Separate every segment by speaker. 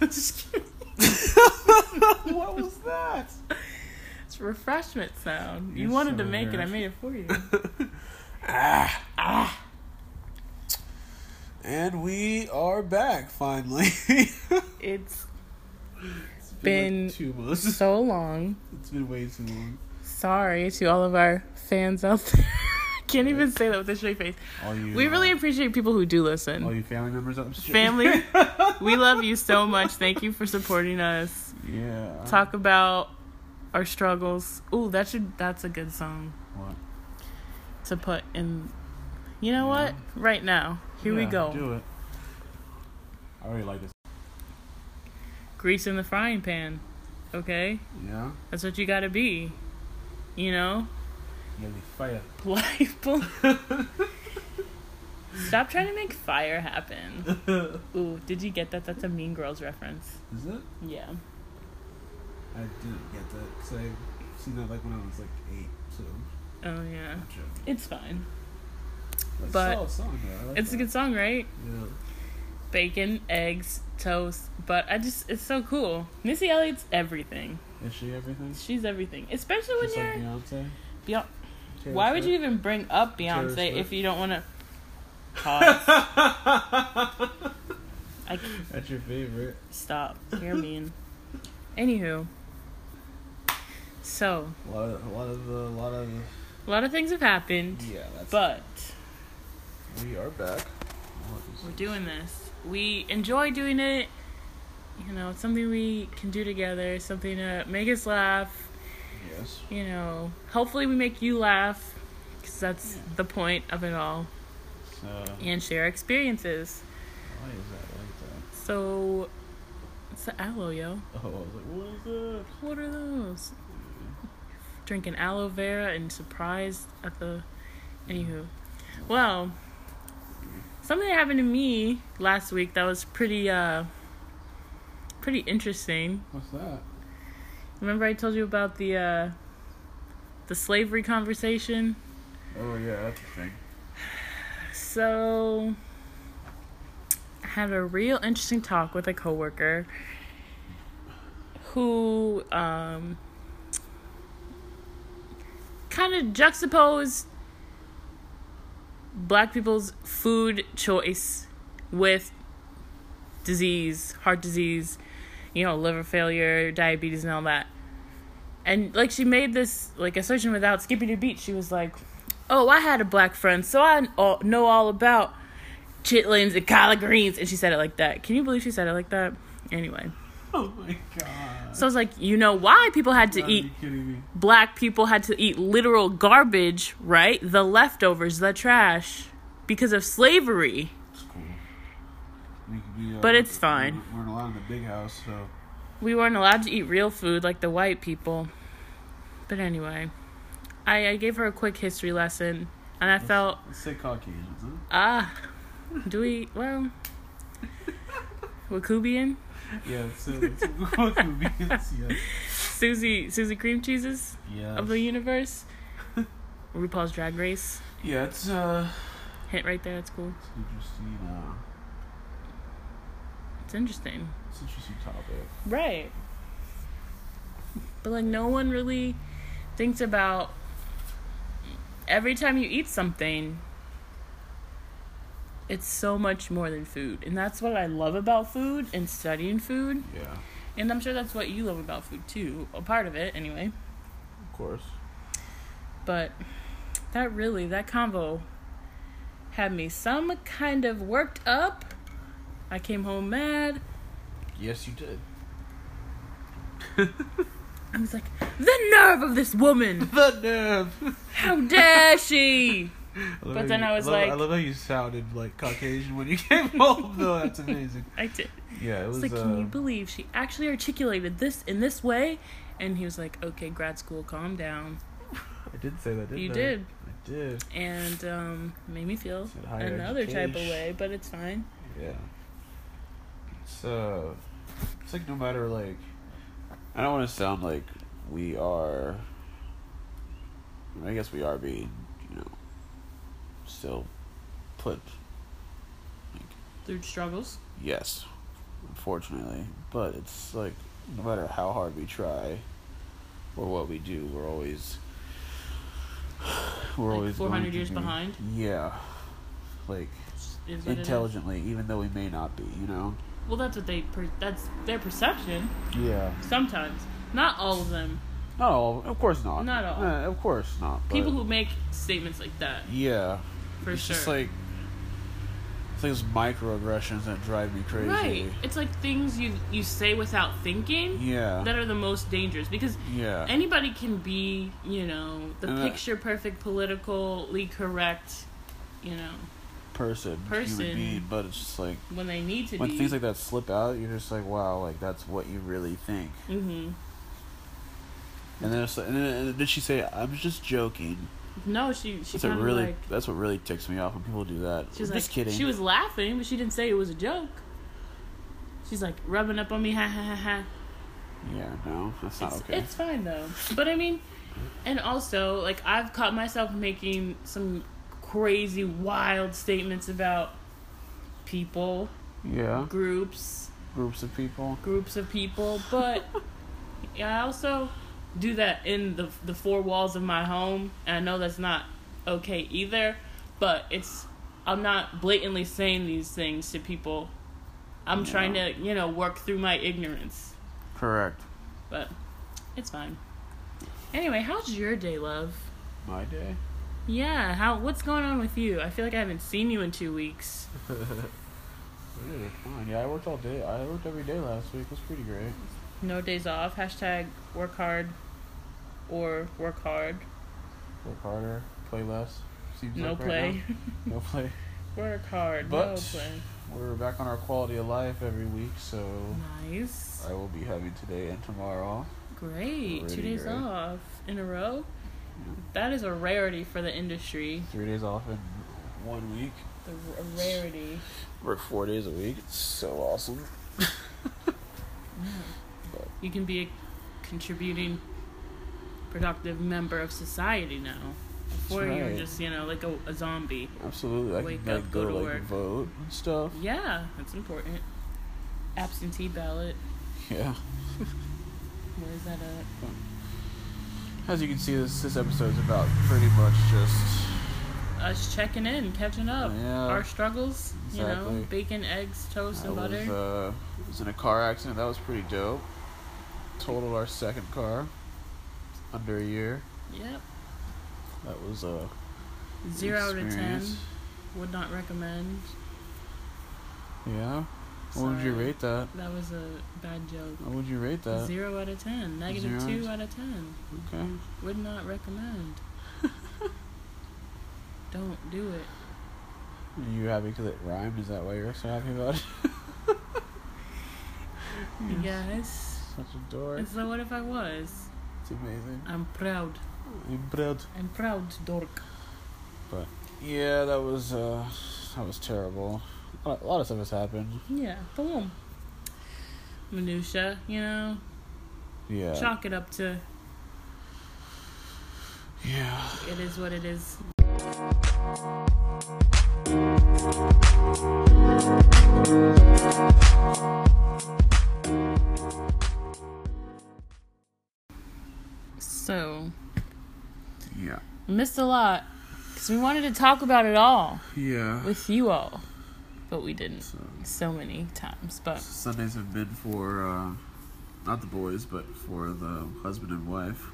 Speaker 1: Just kidding.
Speaker 2: what was that?
Speaker 1: It's a refreshment sound. You
Speaker 2: Yes,
Speaker 1: wanted to
Speaker 2: so
Speaker 1: make it. I
Speaker 2: refresh-
Speaker 1: made it for you.
Speaker 2: ah, ah. And we are back finally.
Speaker 1: It's
Speaker 2: It's
Speaker 1: Been-
Speaker 2: like two months.
Speaker 1: so long.
Speaker 2: It's been way too long.
Speaker 1: Sorry to all of our fans out there. Can't even say that with a straight face.
Speaker 2: All you,
Speaker 1: We
Speaker 2: uh,
Speaker 1: really appreciate people who do
Speaker 2: all
Speaker 1: listen.
Speaker 2: you family members up
Speaker 1: Family, we love you so much. Thank you for supporting us.
Speaker 2: Yeah.
Speaker 1: Talk about our struggles. Ooh, that should that's a good song
Speaker 2: What?
Speaker 1: to put in. You know
Speaker 2: Yeah.
Speaker 1: what? Right now, here we
Speaker 2: Yeah,
Speaker 1: go.
Speaker 2: Do it. I already like this.
Speaker 1: Grease in the frying pan. Okay,
Speaker 2: Yeah.
Speaker 1: that's what you gotta be. You know,
Speaker 2: Really fire.
Speaker 1: life. Stop trying to make fire happen. Ooh, did you get that? That's a Mean Girls reference.
Speaker 2: Is it?
Speaker 1: Yeah.
Speaker 2: I didn't get that because I seen that like when I was like eight. So.
Speaker 1: Oh yeah.
Speaker 2: Gotcha.
Speaker 1: It's fine.
Speaker 2: That's
Speaker 1: But-
Speaker 2: a solid song though. I like
Speaker 1: It's a
Speaker 2: that.
Speaker 1: good song, right?
Speaker 2: Yeah.
Speaker 1: Bacon, eggs, toast. But I just, it's so cool. Missy Elliott's everything.
Speaker 2: Is she everything?
Speaker 1: She's everything, especially when
Speaker 2: Just like
Speaker 1: you're.
Speaker 2: Beyonce.
Speaker 1: Beyon-
Speaker 2: Taylor
Speaker 1: Why would you
Speaker 2: Swift?
Speaker 1: even bring up
Speaker 2: Taylor
Speaker 1: Beyonce if
Speaker 2: Swift.
Speaker 1: you don't want to? Pause. I can't
Speaker 2: That's your favorite.
Speaker 1: stop. You're mean. Anywho. So
Speaker 2: A lot of, a lot of, the, a lot of.
Speaker 1: a lot of things have happened,
Speaker 2: Yeah, that's.
Speaker 1: but
Speaker 2: we are back. Oh,
Speaker 1: we're doing this. We enjoy doing it. You know, it's something we can do together. Something to make us laugh.
Speaker 2: Yes.
Speaker 1: you know, hopefully we make you laugh because that's the point of it all
Speaker 2: So. Why
Speaker 1: and share experiences.
Speaker 2: is that
Speaker 1: So, it's the aloe, yo.
Speaker 2: like that? Oh, I was like, what is that?
Speaker 1: What are those? Drinking aloe vera and surprised at the. Anywho. Well, something that happened to me last week that was pretty, uh, pretty interesting.
Speaker 2: What's that?
Speaker 1: Remember I told you about the, uh, the slavery conversation?
Speaker 2: Oh yeah, that's a thing.
Speaker 1: So I had a real interesting talk with a coworker who um kind of juxtaposed black people's food choice with disease, heart disease, you know, liver failure, diabetes and all that. And like she made this like assertion without skipping a beat. She was like, oh, I had a black friend, so I all- know all about chitlins and collard greens. And she said it like that. Can you believe she said it like that? Anyway.
Speaker 2: Oh my god.
Speaker 1: So I was like, you know why people had to
Speaker 2: Are
Speaker 1: eat,
Speaker 2: you kidding me?
Speaker 1: black people had to eat literal garbage, right? The leftovers, the trash, because of slavery.
Speaker 2: It's cool. We could be, uh,
Speaker 1: But it's fine.
Speaker 2: We're we're allowed in the big house, so
Speaker 1: we weren't allowed to eat real food like the white people. But anyway, I, I gave her a quick history lesson, and I felt,
Speaker 2: let's say Caucasians. Huh?
Speaker 1: ah, do we, well, Wakubian?
Speaker 2: Yeah, so it's Caucasians. Yes.
Speaker 1: Susie, Susie Cream Cheeses
Speaker 2: Yes.
Speaker 1: of the universe? RuPaul's Drag Race?
Speaker 2: Yeah, it's uh,
Speaker 1: Hint right there, that's cool.
Speaker 2: it's interesting. Uh,
Speaker 1: It's interesting.
Speaker 2: it's an interesting topic.
Speaker 1: Right. But like no one really thinks about every time you eat something it's so much more than food. And that's what I love about food and studying food.
Speaker 2: Yeah,
Speaker 1: And I'm sure that's what you love about food too. A part of it anyway.
Speaker 2: of course.
Speaker 1: But that really that convo had me some kind of worked up. I came home mad.
Speaker 2: Yes, you did.
Speaker 1: I was like, the nerve of this woman!
Speaker 2: The nerve.
Speaker 1: How dare she! But then I was like-
Speaker 2: I love how you sounded like Caucasian when you came home. though that's amazing.
Speaker 1: I did.
Speaker 2: Yeah, it
Speaker 1: It's
Speaker 2: was.
Speaker 1: like,
Speaker 2: uh,
Speaker 1: can you believe she actually articulated this in this way? And he was like, okay, grad school, calm down.
Speaker 2: I did say that. Didn't
Speaker 1: You
Speaker 2: I?
Speaker 1: did.
Speaker 2: I did.
Speaker 1: And um, made me feel
Speaker 2: Said higher
Speaker 1: another type of
Speaker 2: education.
Speaker 1: way, but it's fine.
Speaker 2: Yeah. It's uh it's like no matter like I don't wanna sound like we are I guess we are being, you know still put
Speaker 1: Through struggles.
Speaker 2: yes. unfortunately. But it's like no matter how hard we try or what we do, we're always we're
Speaker 1: Like
Speaker 2: always
Speaker 1: 400
Speaker 2: going to
Speaker 1: years
Speaker 2: be-
Speaker 1: behind?
Speaker 2: Yeah, like
Speaker 1: Is what it is.
Speaker 2: intelligently, even though we may not be, you know.
Speaker 1: Well, that's what they per- that's their perception.
Speaker 2: Yeah.
Speaker 1: Sometimes, not all of them.
Speaker 2: Not all. Of course not.
Speaker 1: Not all.
Speaker 2: Uh, of course not. but-
Speaker 1: People who make statements like that,
Speaker 2: Yeah.
Speaker 1: for
Speaker 2: it's
Speaker 1: sure.
Speaker 2: just like it's like those microaggressions that drive me crazy.
Speaker 1: right. It's like things you you say without thinking
Speaker 2: Yeah.
Speaker 1: that are the most dangerous because
Speaker 2: yeah.
Speaker 1: anybody can be, you know, the
Speaker 2: And uh, that-
Speaker 1: picture perfect, politically correct, you know,
Speaker 2: person.
Speaker 1: person-
Speaker 2: Human being, but it's just like
Speaker 1: when they need to
Speaker 2: when
Speaker 1: be.
Speaker 2: things like that slip out, you're just like, wow, like that's what you really think.
Speaker 1: hmm
Speaker 2: And then, it's like, and then and did she say, "I'm just joking"?
Speaker 1: No, she
Speaker 2: That's
Speaker 1: she
Speaker 2: what
Speaker 1: kind of
Speaker 2: really.
Speaker 1: like
Speaker 2: that's what really ticks me off when people do that.
Speaker 1: she was
Speaker 2: I'm
Speaker 1: like
Speaker 2: just kidding.
Speaker 1: she was laughing, but she didn't say it was a joke. She's like rubbing up on me, ha ha ha ha.
Speaker 2: Yeah, no, that's not
Speaker 1: It's,
Speaker 2: Oh, okay.
Speaker 1: it's fine though. But I mean, and also, like, I've caught myself making some crazy, wild statements about people,
Speaker 2: yeah,
Speaker 1: groups,
Speaker 2: groups of people.
Speaker 1: groups of people. But I also do that in the, the four walls of my home. And I know that's not okay either. But it's, I'm not blatantly saying these things to people. I'm
Speaker 2: Yeah.
Speaker 1: trying to, you know, work through my ignorance
Speaker 2: Correct.
Speaker 1: but it's fine. Anyway, how's your day, love?
Speaker 2: My day.
Speaker 1: Yeah, how what's going on with you? I feel like I haven't seen you in two weeks.
Speaker 2: Really fine. Yeah, I worked all day. I worked every day last week. It was pretty great.
Speaker 1: No days off. Hashtag work hard or work hard.
Speaker 2: Work harder, play less. Seems
Speaker 1: No
Speaker 2: like right
Speaker 1: play.
Speaker 2: now. No play.
Speaker 1: work hard.
Speaker 2: But-
Speaker 1: No play.
Speaker 2: We're back on our quality of life every week, so
Speaker 1: Nice.
Speaker 2: I will be having today and tomorrow.
Speaker 1: Great. two
Speaker 2: Already
Speaker 1: days
Speaker 2: great.
Speaker 1: off in a row.
Speaker 2: Yeah.
Speaker 1: That is a rarity for the industry.
Speaker 2: Three days off in one week.
Speaker 1: The, a rarity.
Speaker 2: Work four days a week. It's so awesome.
Speaker 1: You can be a contributing, productive member of society now. Before you were
Speaker 2: right.
Speaker 1: just, you know, like a, a zombie.
Speaker 2: Absolutely. I
Speaker 1: Wake
Speaker 2: can like,
Speaker 1: up,
Speaker 2: go,
Speaker 1: go to
Speaker 2: like
Speaker 1: work.
Speaker 2: vote and stuff.
Speaker 1: Yeah, that's important. Absentee ballot.
Speaker 2: Yeah.
Speaker 1: Where's that at?
Speaker 2: As you can see, this this episode's about pretty much just
Speaker 1: Us checking in, catching up.
Speaker 2: Yeah.
Speaker 1: Oh, Our struggles, you
Speaker 2: Exactly.
Speaker 1: know, bacon, eggs, toast,
Speaker 2: I
Speaker 1: and butter.
Speaker 2: was, uh, was in a car accident. That was pretty dope. Totaled our second car. Under a year.
Speaker 1: yep.
Speaker 2: That was a uh,
Speaker 1: Zero
Speaker 2: experience.
Speaker 1: to ten. Would not recommend.
Speaker 2: Yeah. What would you
Speaker 1: Sorry.
Speaker 2: rate that?
Speaker 1: That was a bad joke.
Speaker 2: What would you rate that?
Speaker 1: Zero out of ten. Negative
Speaker 2: Zero
Speaker 1: two
Speaker 2: out
Speaker 1: out of ten.
Speaker 2: Okay.
Speaker 1: Would not recommend. Don't do it.
Speaker 2: Are you happy because it rhymed? Is that why you're so happy about it?
Speaker 1: You guys.
Speaker 2: Such a dork.
Speaker 1: And so what if I was?
Speaker 2: It's amazing.
Speaker 1: I'm proud.
Speaker 2: I'm proud.
Speaker 1: I'm proud, dork.
Speaker 2: Yeah, that was uh, that was terrible. A lot- a lot of stuff has happened.
Speaker 1: Yeah, boom. Minutia, you know,
Speaker 2: Yeah.
Speaker 1: chalk it up to
Speaker 2: Yeah.
Speaker 1: it is what it is. So,
Speaker 2: Yeah.
Speaker 1: missed a lot because we wanted to talk about it all
Speaker 2: Yeah.
Speaker 1: with you all, but we didn't
Speaker 2: So,
Speaker 1: so many times. But
Speaker 2: Sundays have been for uh, not the boys, but for the husband and wife.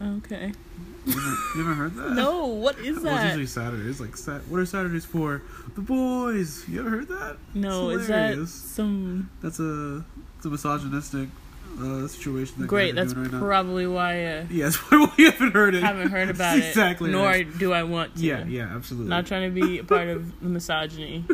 Speaker 1: okay,
Speaker 2: You ever, you ever heard that?
Speaker 1: no, what is
Speaker 2: Well, it's
Speaker 1: that?
Speaker 2: usually Saturdays. Like, Sat- what are Saturdays for? The boys. You ever heard that?
Speaker 1: No,
Speaker 2: It's
Speaker 1: is that
Speaker 2: hilarious.
Speaker 1: some
Speaker 2: That's a it's a misogynistic uh, situation. That
Speaker 1: great?
Speaker 2: guys
Speaker 1: That's
Speaker 2: are doing right now.
Speaker 1: probably why I
Speaker 2: Yes, why we haven't heard it.
Speaker 1: haven't heard
Speaker 2: That's
Speaker 1: about it.
Speaker 2: exactly
Speaker 1: Nor
Speaker 2: right.
Speaker 1: do I want to.
Speaker 2: Yeah, yeah, absolutely.
Speaker 1: Not trying to be a part of the misogyny.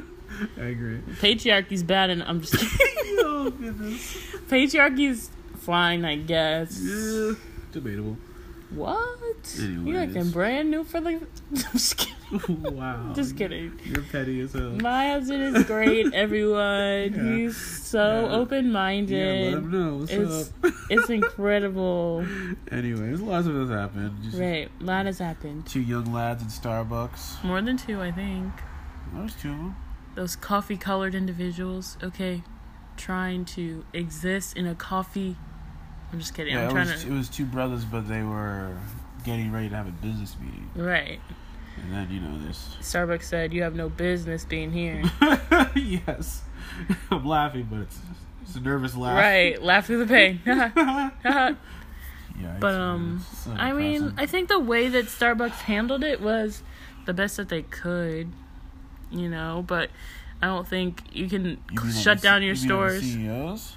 Speaker 2: I agree.
Speaker 1: Patriarchy's bad, and I'm just
Speaker 2: oh goodness.
Speaker 1: patriarchy's fine, I guess.
Speaker 2: Yeah. Debatable.
Speaker 1: What? You're
Speaker 2: Anyways. Oh,
Speaker 1: acting brand new for the. just kidding.
Speaker 2: wow.
Speaker 1: Just kidding.
Speaker 2: You're petty as hell.
Speaker 1: My husband is great, everyone.
Speaker 2: Yeah.
Speaker 1: He's so
Speaker 2: Yeah.
Speaker 1: open
Speaker 2: yeah, let
Speaker 1: minded.
Speaker 2: him know what's
Speaker 1: it's-
Speaker 2: up.
Speaker 1: it's incredible.
Speaker 2: Anyways, lots of this happened. Just
Speaker 1: Right. A lot has happened.
Speaker 2: Two young lads in Starbucks.
Speaker 1: More than two, I think.
Speaker 2: That was two of them.
Speaker 1: Those coffee colored individuals. Okay. trying to exist in a coffee. I'm just kidding.
Speaker 2: Yeah,
Speaker 1: I'm
Speaker 2: it
Speaker 1: trying
Speaker 2: was,
Speaker 1: to.
Speaker 2: it was two brothers, but they were getting ready to have a business meeting,
Speaker 1: Right.
Speaker 2: and then you know this.
Speaker 1: Starbucks said, You have no business being here.
Speaker 2: yes, I'm laughing, but it's, it's a nervous laugh.
Speaker 1: right. Laugh through the pain. but,
Speaker 2: Yeah, it's-
Speaker 1: um,
Speaker 2: it's so
Speaker 1: I mean,
Speaker 2: depressing.
Speaker 1: I think the way that Starbucks handled it was the best that they could, you know, but I don't think you can
Speaker 2: You mean like
Speaker 1: shut
Speaker 2: the C-
Speaker 1: down your
Speaker 2: you
Speaker 1: stores.
Speaker 2: Mean like CEOs,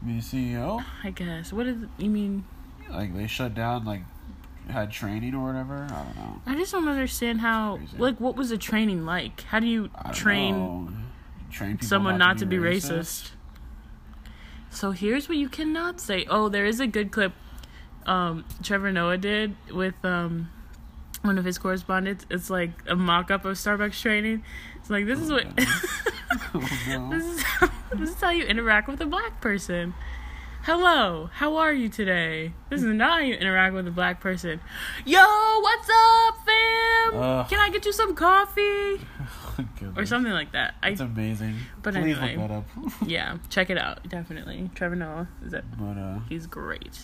Speaker 2: you mean the E CEO,
Speaker 1: I guess. What did you mean?
Speaker 2: like they shut down, like had training or whatever. I don't know.
Speaker 1: I just don't understand how.
Speaker 2: Crazy.
Speaker 1: Like, what was the training like? How do you
Speaker 2: I don't
Speaker 1: train
Speaker 2: know. train people
Speaker 1: someone not to be, racist. So here's what you cannot say. Oh, there is a good clip um, Trevor Noah did with um, one of his correspondents. It's like a mock up of Starbucks training. It's like this is what
Speaker 2: Oh,
Speaker 1: this
Speaker 2: no.
Speaker 1: is how, this is how you interact with a black person. Hello, how are you today? This is not how you interact with a black person. Yo, what's up, fam?
Speaker 2: Ugh.
Speaker 1: Can I get you some coffee or
Speaker 2: Goodness.
Speaker 1: something like that? I
Speaker 2: It's amazing.
Speaker 1: But
Speaker 2: Please
Speaker 1: anyway.
Speaker 2: look that up.
Speaker 1: yeah, check it out definitely. Trevor Noah is it?
Speaker 2: but uh,
Speaker 1: He's great.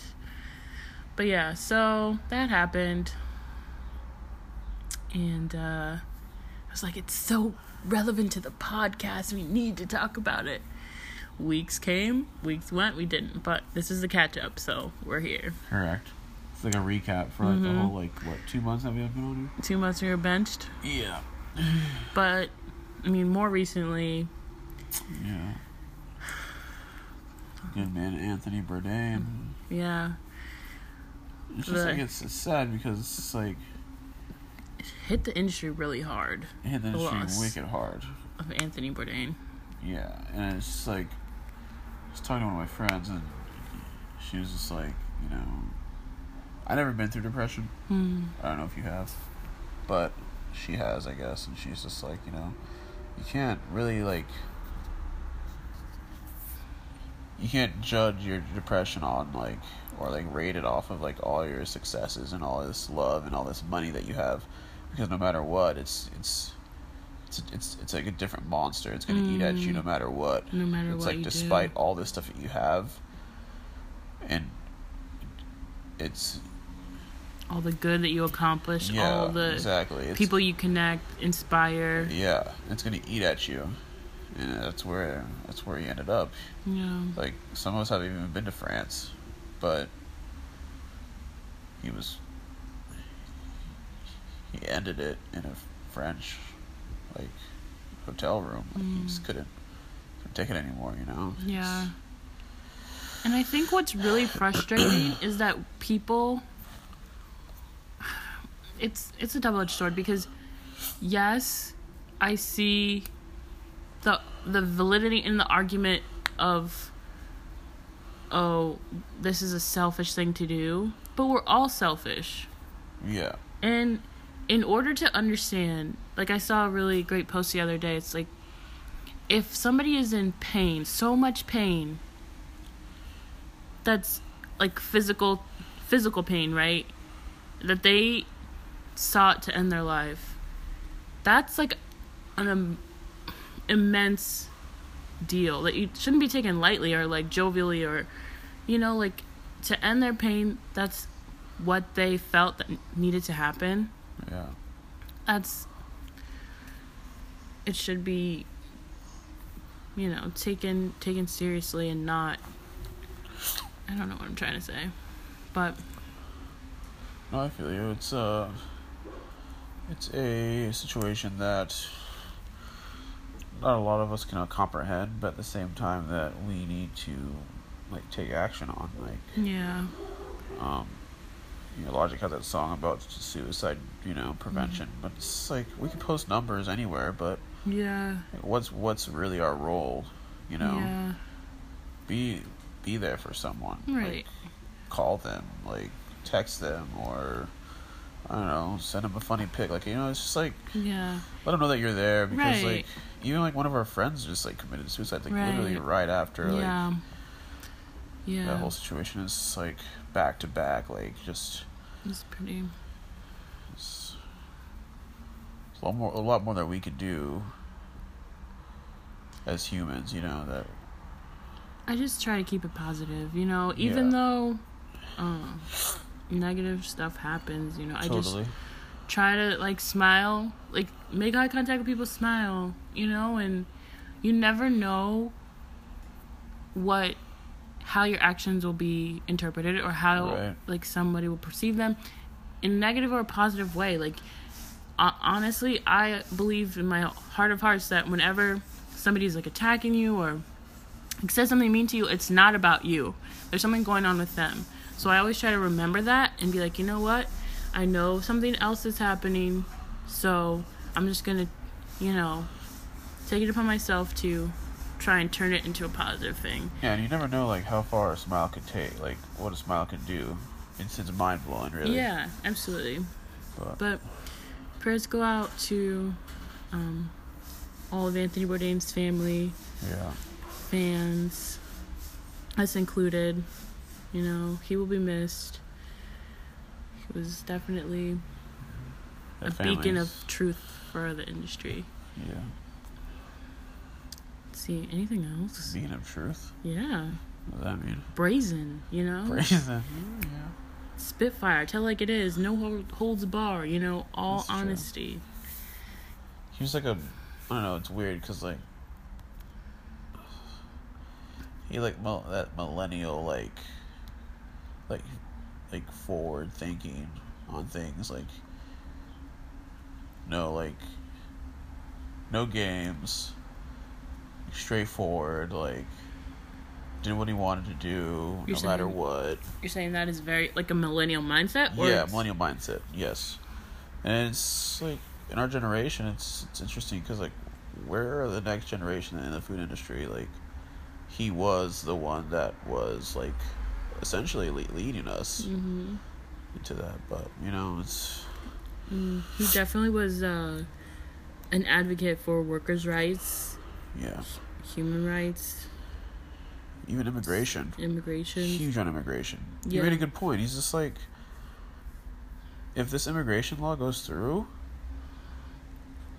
Speaker 1: But yeah, so that happened. And uh I was like, it's so relevant to the podcast. We need to talk about it. Weeks came, weeks went, we didn't. But this is the catch up, so we're here.
Speaker 2: correct. It's like a recap for like
Speaker 1: Mm-hmm.
Speaker 2: the whole like what two months that we have been on
Speaker 1: Two months we were benched.
Speaker 2: here. Yeah.
Speaker 1: But I mean more recently,
Speaker 2: Yeah. Good man, Anthony
Speaker 1: Mm-hmm.
Speaker 2: Bourdain.
Speaker 1: yeah.
Speaker 2: It's just like
Speaker 1: Really?
Speaker 2: it's, it's sad because it's just, like
Speaker 1: it Hit the industry really hard
Speaker 2: it hit the
Speaker 1: The
Speaker 2: industry
Speaker 1: loss.
Speaker 2: wicked hard.
Speaker 1: of Anthony Bourdain.
Speaker 2: Yeah, and it's just like I was talking to one of my friends, and she was just like, you know, I never been through depression.
Speaker 1: Hmm.
Speaker 2: I don't know if you have, but she has, I guess, and she's just like, you know, you can't really like, you can't judge your depression on like, or like rate it off of like all your successes and all this love and all this money that you have, because no matter what, it's it's. It's, it's, it's like a different monster. It's gonna eat at you no matter what.
Speaker 1: Hmm. No matter
Speaker 2: it's
Speaker 1: what
Speaker 2: like
Speaker 1: you do.
Speaker 2: despite all this stuff that you have, and it's
Speaker 1: All the good that you accomplish,
Speaker 2: yeah
Speaker 1: all the
Speaker 2: exactly. It's,
Speaker 1: people you connect, inspire.
Speaker 2: Yeah, it's gonna eat at you, and that's where that's where you ended up.
Speaker 1: Yeah.
Speaker 2: Like some of us haven't even been to France, but he was he ended it in a French like hotel room. Like, He just couldn't, couldn't take it anymore. You know.
Speaker 1: Mm. Yeah. And I think what's really frustrating is that people it's it's a double-edged sword because yes, I see the the validity in the argument of oh, this is a selfish thing to do, but we're all selfish.
Speaker 2: Yeah.
Speaker 1: And in order to understand, like I saw a really great post the other day, it's like if somebody is in pain, so much pain that's like physical physical pain, right? That they sought to end their life. That's like an um, immense deal that you shouldn't be taken lightly or like jovially or you know like to end their pain that's what they felt that needed to happen
Speaker 2: Yeah.
Speaker 1: that's it should be you know taken taken seriously and not i don't know what i'm trying to say but
Speaker 2: No, I feel you. It's uh, it's a situation that not a lot of us can comprehend, but at the same time that we need to like take action on. Like,
Speaker 1: yeah
Speaker 2: um, you know, Logic has that song about suicide, you know, prevention,
Speaker 1: Mm-hmm.
Speaker 2: but it's like we can post numbers anywhere, but
Speaker 1: yeah
Speaker 2: what's what's really our role? You know,
Speaker 1: yeah
Speaker 2: be be there for someone.
Speaker 1: right
Speaker 2: Like, call them, like text them, or I don't know, send them a funny pic. Like you know, it's just like
Speaker 1: yeah
Speaker 2: let them know that you're there because
Speaker 1: Right.
Speaker 2: like even like one of our friends just like committed suicide like literally right after like
Speaker 1: yeah
Speaker 2: that
Speaker 1: yeah
Speaker 2: whole situation is just, like back to back like just
Speaker 1: it's pretty
Speaker 2: it's, it's a lot more a lot more that we could do as humans you know that
Speaker 1: I just try to keep it positive, you know, even
Speaker 2: Yeah.
Speaker 1: though um, negative stuff happens, you know, I just
Speaker 2: Totally.
Speaker 1: try to like smile, like make eye contact with people, smile, you know, and you never know what how your actions will be interpreted or how
Speaker 2: Right.
Speaker 1: like somebody will perceive them in a negative or a positive way. Like uh, honestly, I believe in my heart of hearts that whenever somebody's like attacking you or like, says something mean to you, it's not about you. There's something going on with them. So I always try to remember that and be like, you know what? I know something else is happening, so I'm just gonna, you know, take it upon myself to try and turn it into a positive thing.
Speaker 2: yeah, and you never know like how far a smile could take, like what a smile could do. It's it's mind blowing, really.
Speaker 1: Yeah, absolutely.
Speaker 2: But,
Speaker 1: But prayers go out to um, all of Anthony Bourdain's family,
Speaker 2: yeah,
Speaker 1: fans, us included. You know, he will be missed. He was definitely
Speaker 2: Their
Speaker 1: a beacon of
Speaker 2: families.
Speaker 1: truth for the industry.
Speaker 2: yeah,
Speaker 1: See, anything else?
Speaker 2: beacon of truth.
Speaker 1: Yeah.
Speaker 2: What does that mean?
Speaker 1: Brazen, you know?
Speaker 2: Brazen. Yeah.
Speaker 1: Spitfire, tell like it is, no hold, holds bar, you know, all
Speaker 2: That's true.
Speaker 1: honesty.
Speaker 2: He was like a, I don't know. It's weird because like he like mil- that millennial like like like forward thinking on things like no like no games straightforward like did what he wanted to do
Speaker 1: You're
Speaker 2: no matter
Speaker 1: saying-
Speaker 2: what
Speaker 1: You're saying that is very like a millennial mindset? Or
Speaker 2: yeah
Speaker 1: it's-
Speaker 2: millennial mindset yes and it's like in our generation it's it's interesting because like where are the next generation in the food industry like he was the one that was like essentially le- leading us into that but you know it's
Speaker 1: He definitely was uh, an advocate for workers' rights,
Speaker 2: yeah
Speaker 1: human rights,
Speaker 2: even immigration
Speaker 1: immigration.
Speaker 2: huge on immigration you
Speaker 1: Yeah.
Speaker 2: made a good point he's just like if this immigration law goes through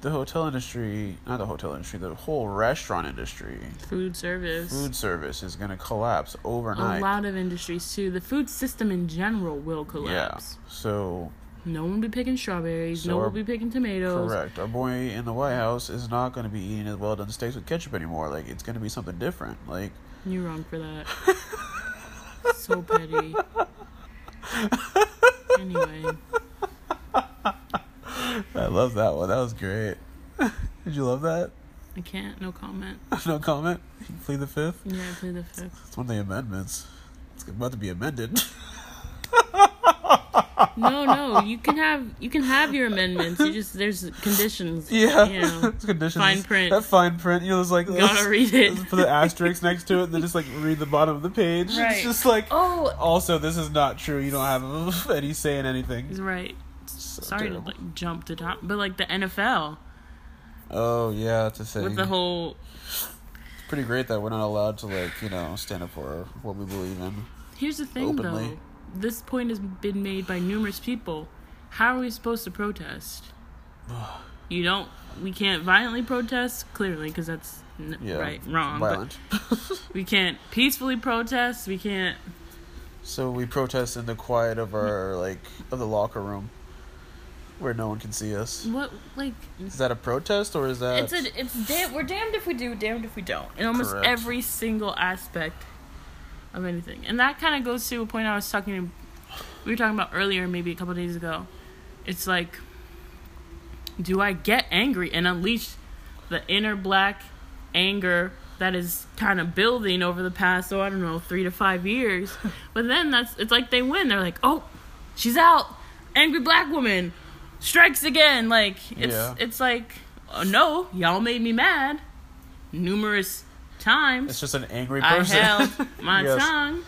Speaker 2: the hotel industry not the hotel industry the whole restaurant industry
Speaker 1: food service.
Speaker 2: food service is going to collapse
Speaker 1: a
Speaker 2: overnight.
Speaker 1: lot of industries too. The food system in general will collapse.
Speaker 2: Yeah. So
Speaker 1: No one will be picking strawberries.
Speaker 2: So
Speaker 1: no one
Speaker 2: our-
Speaker 1: will be picking tomatoes.
Speaker 2: correct. Our boy in the White House is not going to be eating his well done steaks with ketchup anymore. Like it's going to be something different. Like
Speaker 1: You're wrong for that. so petty. Anyway,
Speaker 2: I love that one. That was great. Did you love that?
Speaker 1: I can't. No comment.
Speaker 2: no comment. You plead the fifth.
Speaker 1: Yeah, I play the fifth.
Speaker 2: It's one of the amendments. It's about to be amended.
Speaker 1: No, no. You can have you can have your amendments. You just there's conditions.
Speaker 2: yeah.
Speaker 1: You know.
Speaker 2: it's conditions.
Speaker 1: fine print.
Speaker 2: That fine print. You know, it's like
Speaker 1: Gotta read it.
Speaker 2: Put the asterisk next to it, and then just like read the bottom of the page.
Speaker 1: Right.
Speaker 2: It's just like.
Speaker 1: Oh,
Speaker 2: Also, this is not true. You don't have any say in anything.
Speaker 1: He's right. Sorry
Speaker 2: terrible.
Speaker 1: to like jump to top, but like the NFL
Speaker 2: Oh yeah, it's a thing.
Speaker 1: with the whole
Speaker 2: It's pretty great that we're not allowed to like you know stand up for what we believe in.
Speaker 1: Here's the thing,
Speaker 2: Openly.
Speaker 1: though. This point has been made by numerous people. How are we supposed to protest? you don't. We can't violently protest, clearly, because that's n-
Speaker 2: Yeah,
Speaker 1: right, wrong.
Speaker 2: violent.
Speaker 1: But we can't peacefully protest. We can't.
Speaker 2: so we protest in the quiet of our like of the locker room, where no one can see us.
Speaker 1: What like?
Speaker 2: Is that a protest or is that?
Speaker 1: Mm. It's a. It's damn. We're damned if we do, damned if we don't. In almost
Speaker 2: Correct.
Speaker 1: every single aspect of anything, and that kind of goes to a point I was talking. We were talking about earlier, maybe a couple days ago. It's like, do I get angry and unleash the inner black anger that is kind of building over the past? Oh, I don't know, three to five years. but then that's. It's like they win. They're like, oh, she's out. Angry black woman strikes again. Like it's
Speaker 2: Yeah.
Speaker 1: it's like, oh, no, y'all made me mad numerous times.
Speaker 2: It's just an angry
Speaker 1: I
Speaker 2: person.
Speaker 1: held my
Speaker 2: Yes.
Speaker 1: tongue,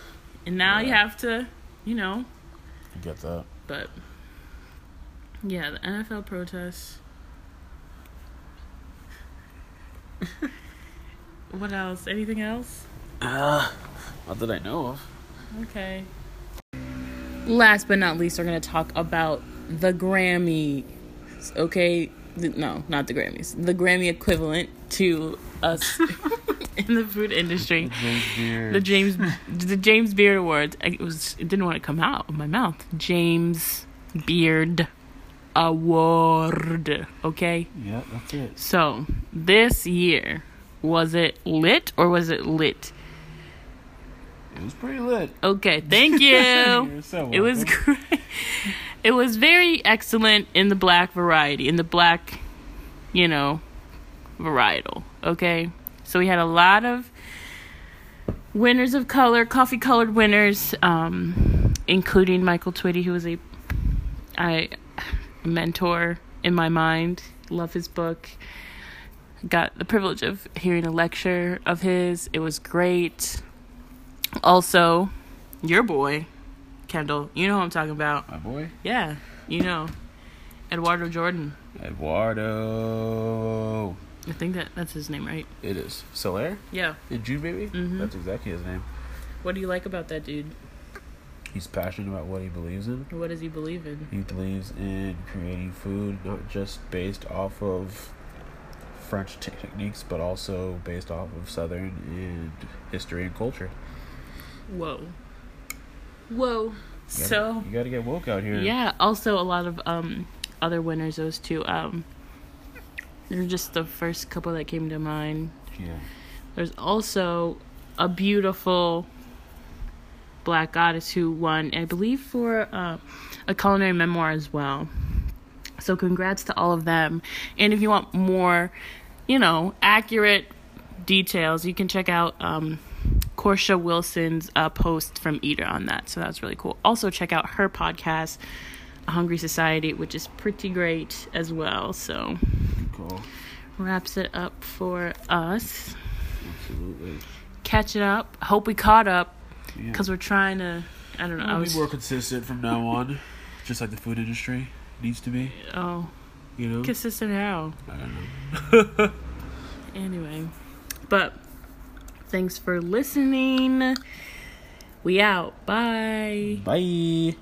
Speaker 1: and now you
Speaker 2: Yeah.
Speaker 1: have to, you know.
Speaker 2: I get that.
Speaker 1: But yeah, the NFL protests. what else? Anything else?
Speaker 2: Ah, not that I know of.
Speaker 1: Okay. Last but not least, we're gonna talk about the Grammy. Okay, Th- no, not the Grammys. The Grammy equivalent to us in the food industry.
Speaker 2: James Beard.
Speaker 1: The James the James Beard Awards. I- It was it didn't want to come out of my mouth. James Beard Award. Okay.
Speaker 2: Yeah, that's it.
Speaker 1: So this year, was it lit or was it lit?
Speaker 2: It was pretty lit.
Speaker 1: Okay, thank you.
Speaker 2: You're so
Speaker 1: it was
Speaker 2: welcome.
Speaker 1: great. It was very excellent in the black variety, in the black, you know, varietal. Okay, so we had a lot of winners of color, coffee colored winners, um, including Michael Twitty, who was a I mentor in my mind. Love his book. Got the privilege of hearing a lecture of his. It was great. Also, your boy, Kendall, you know who I'm talking about.
Speaker 2: My boy,
Speaker 1: Yeah, you know. Eduardo Jordan.
Speaker 2: Eduardo.
Speaker 1: I think that that's his name, right?
Speaker 2: It is Solaire.
Speaker 1: Yeah.
Speaker 2: Did you, baby?
Speaker 1: Mm-hmm.
Speaker 2: That's exactly his name.
Speaker 1: What do you like about that dude?
Speaker 2: He's passionate about what he believes in.
Speaker 1: What does he believe in?
Speaker 2: He believes in creating food not just based off of French techniques, but also based off of Southern and history and culture.
Speaker 1: Whoa. Whoa.
Speaker 2: You gotta-
Speaker 1: So
Speaker 2: you got to get woke out here.
Speaker 1: Yeah, also a lot of um other winners those two um they're just the first couple that came to mind.
Speaker 2: Yeah.
Speaker 1: There's also a beautiful black goddess who won, I believe, for uh, a culinary memoir as well. So, congrats to all of them. And if you want more, you know, accurate details, you can check out um, Portia Wilson's uh, post from Eater on that. So, that's really cool. Also, check out her podcast, A Hungry Society, which is pretty great as well. So,
Speaker 2: Cool.
Speaker 1: wraps it up for us
Speaker 2: Absolutely.
Speaker 1: catching up. Hope we caught up
Speaker 2: Yeah.
Speaker 1: because we're trying to. I don't know. I
Speaker 2: We'll be
Speaker 1: was.
Speaker 2: more consistent from now on, just like the food industry needs to be.
Speaker 1: Oh,
Speaker 2: You know.
Speaker 1: consistent how?
Speaker 2: I don't know.
Speaker 1: Anyway, but thanks for listening. We out. Bye.
Speaker 2: Bye.